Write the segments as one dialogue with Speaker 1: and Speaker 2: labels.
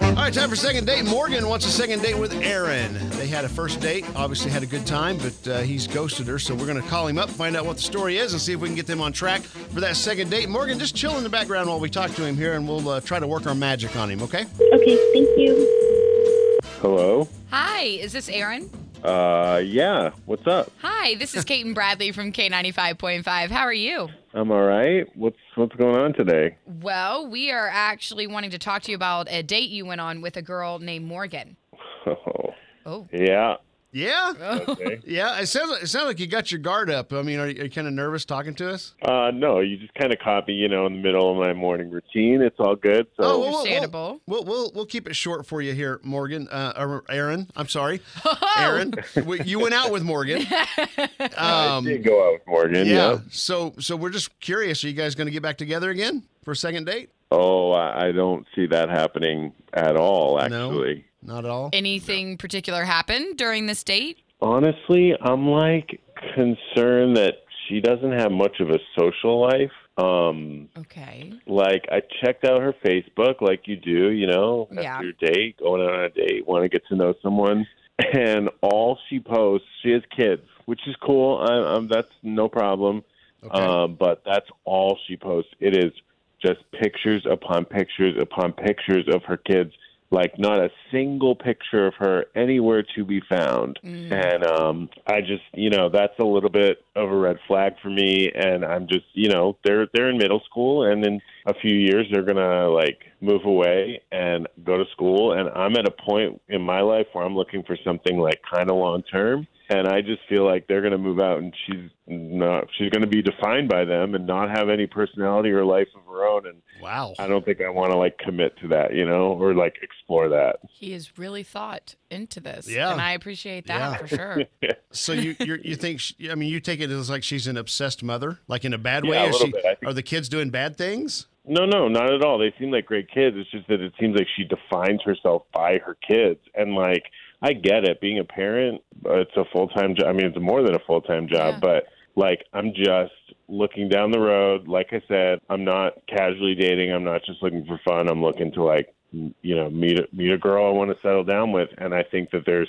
Speaker 1: right, time for second date. Morgan wants a second date with Aaron. They had a first date, obviously had a good time, but uh, he's ghosted her. So we're going to call him up, find out what the story is, and see if we can get them on track for that second date. Morgan, just chill in the background while we talk to him here, and we'll uh, try to work our magic on him, okay?
Speaker 2: Okay, thank you.
Speaker 3: Hello.
Speaker 4: Hi, is this Aaron?
Speaker 3: Uh, yeah. What's up?
Speaker 4: Hi, this is Kate and Bradley from K95.5. How are you?
Speaker 3: I'm all right. What's What's going on today?
Speaker 4: Well, we are actually wanting to talk to you about a date you went on with a girl named Morgan.
Speaker 3: Oh,
Speaker 4: Oh.
Speaker 3: yeah.
Speaker 1: Yeah.
Speaker 3: Okay.
Speaker 1: Yeah, it sounds, it sounds like you got your guard up. I mean, are you, are you kind of nervous talking to us?
Speaker 3: Uh, no, you just kind of caught me, you know, in the middle of my morning routine. It's all good. So
Speaker 1: Oh, whoa, whoa, whoa.
Speaker 4: Understandable.
Speaker 1: We'll, we'll we'll keep it short for you here, Morgan. Uh, or Aaron, I'm sorry,
Speaker 4: Oh.
Speaker 1: Aaron. we- You went out with Morgan. Um,
Speaker 3: I did go out with Morgan. um, Yeah.
Speaker 1: So so we're just curious. Are you guys going to get back together again for a second date?
Speaker 3: Oh, I I don't see that happening at all. Actually,
Speaker 1: Not at
Speaker 3: Uh,
Speaker 1: all.
Speaker 4: Anything particular happened during this date?
Speaker 3: honestly, I'm like concerned that she doesn't have much of a social life. Um,
Speaker 4: Okay.
Speaker 3: like I checked out her Facebook, like you do, you know,
Speaker 4: Yeah.
Speaker 3: after your date, going on a date, want to get to know someone, and all she posts, she has kids, which is cool. I, i that's no problem.
Speaker 1: Okay.
Speaker 3: Um, but that's all she posts. It is just pictures upon pictures upon pictures of her kids. Like not a single picture of her anywhere to be found.
Speaker 4: Mm,
Speaker 1: Mm.
Speaker 3: And um I just you know, that's a little bit of a red flag for me and I'm just you know, they're they're in middle school and in a few years they're gonna like move away and go to school and I'm at a point in my life where I'm looking for something like kinda long term and I just feel like they're going to move out, and she's not. She's going to be defined by them, and not have any personality or life of her own. And
Speaker 1: Wow.
Speaker 3: I don't think I want to like commit to that, you know, or like explore that.
Speaker 4: He has really thought into this.
Speaker 1: Yeah.
Speaker 4: And I appreciate that
Speaker 1: Yeah.
Speaker 4: for sure.
Speaker 1: So you you you think? She, I mean, you take it as like she's an obsessed mother, like in a bad
Speaker 3: Yeah,
Speaker 1: way.
Speaker 3: a
Speaker 1: Is
Speaker 3: little
Speaker 1: she-
Speaker 3: bit, I think-
Speaker 1: Are the kids doing bad things?
Speaker 3: No, no, not at all. They seem like great kids. It's just that it seems like she defines herself by her kids, and like I get it. Being a parent, uh, it's a full time job. I mean, it's more than a full time job,
Speaker 4: Yeah.
Speaker 3: but like I'm just looking down the road. Like I said, I'm not casually dating. I'm not just looking for fun. I'm looking to like m- you know meet a, meet a girl I want to settle down with, and I think that there's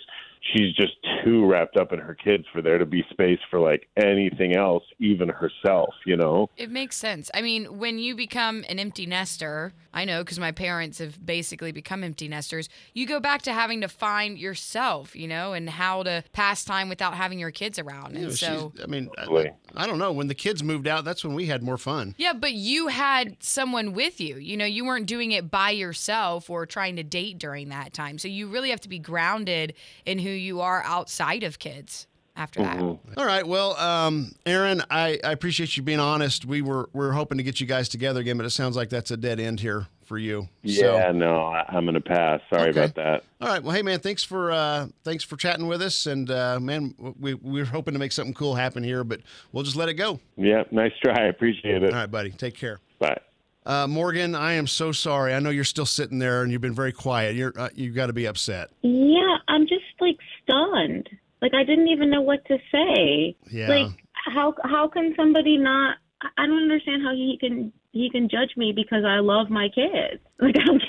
Speaker 3: she's just too wrapped up in her kids for there to be space for like anything else, even herself. You know.
Speaker 4: It makes sense. I mean, when you become an empty nester, I know because my parents have basically become empty nesters, you go back to having to find yourself, you know, and how to pass time without having your kids around.
Speaker 1: You know,
Speaker 4: And so,
Speaker 1: she's- I mean, I,
Speaker 3: Totally.
Speaker 1: I don't know. When the kids moved out, that's when we had more fun.
Speaker 4: yeah, but you had someone with you. You know, you weren't doing it by yourself or trying to date during that time. So you really have to be grounded in who you are outside of kids after
Speaker 3: Mm-hmm.
Speaker 4: that.
Speaker 1: All right. Well, um, Aaron, I, I appreciate you being honest. We were we are hoping to get you guys together again, but it sounds like that's a dead end here for you.
Speaker 3: Yeah,
Speaker 1: So,
Speaker 3: no, I, I'm gonna pass. Sorry
Speaker 1: Okay.
Speaker 3: about that.
Speaker 1: all right. Well, hey man, thanks for uh, thanks for chatting with us, and uh, man, we we we're hoping to make something cool happen here, but we'll just let it go.
Speaker 3: Yeah, nice try. I appreciate it.
Speaker 1: All right, buddy. Take care.
Speaker 3: Bye.
Speaker 1: Uh, Morgan, I am so sorry. I know you're still sitting there and you've been very quiet. You're uh, you've got to be upset.
Speaker 2: Yeah, I'm just like stunned. Like I didn't even know what to say.
Speaker 1: Yeah.
Speaker 2: Like how how can somebody not? I- I don't understand how he can he can judge me because I love my kids. Like I'm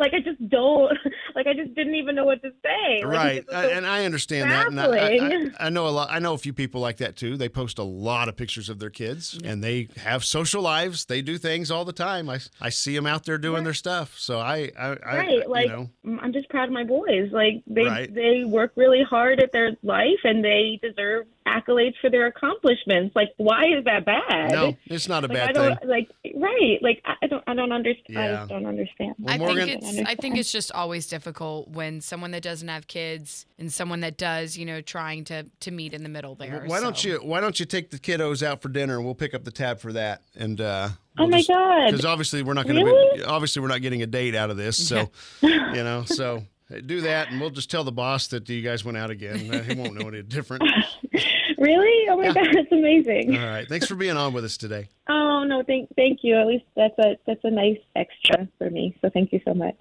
Speaker 2: like I just don't like I just didn't even know what to say. Like,
Speaker 1: Right,
Speaker 2: it's
Speaker 1: I-
Speaker 2: so-
Speaker 1: and I understand that. And I, I,
Speaker 2: baffling.
Speaker 1: I, I know a lot. I know a few people like that too. They post a lot of pictures of their kids, and they have social lives. They do things all the time. I, I see them out there doing their stuff. So I, I, I
Speaker 2: right like
Speaker 1: you know,
Speaker 2: mm, i'm just proud of my boys like they
Speaker 1: Right.
Speaker 2: they work really hard at their life and they deserve accolades for their accomplishments like why is that bad
Speaker 1: no, it's not a
Speaker 2: like i
Speaker 1: bad thing.
Speaker 2: don't like right like i I don't i don't understand i
Speaker 1: Yeah.
Speaker 2: just don't understand
Speaker 1: Well,
Speaker 4: I
Speaker 1: Morgan-
Speaker 4: think it's I think it's just always difficult when someone that doesn't have kids and someone that does, you know, trying to to meet in the middle there.
Speaker 1: Why don't
Speaker 4: so.
Speaker 1: you Why don't you take the kiddos out for dinner, and we'll pick up the tab for that. And uh,
Speaker 2: oh my god
Speaker 1: because obviously we're not going to
Speaker 2: Really?
Speaker 1: be obviously we're not getting a date out of this. So you know, so do that, and we'll just tell the boss that you guys went out again. Uh, He won't know any different.
Speaker 2: really oh my god that's amazing
Speaker 1: All right, thanks for being on with us today.
Speaker 2: oh no thank thank you at least that's a that's a nice extra for me so thank you so much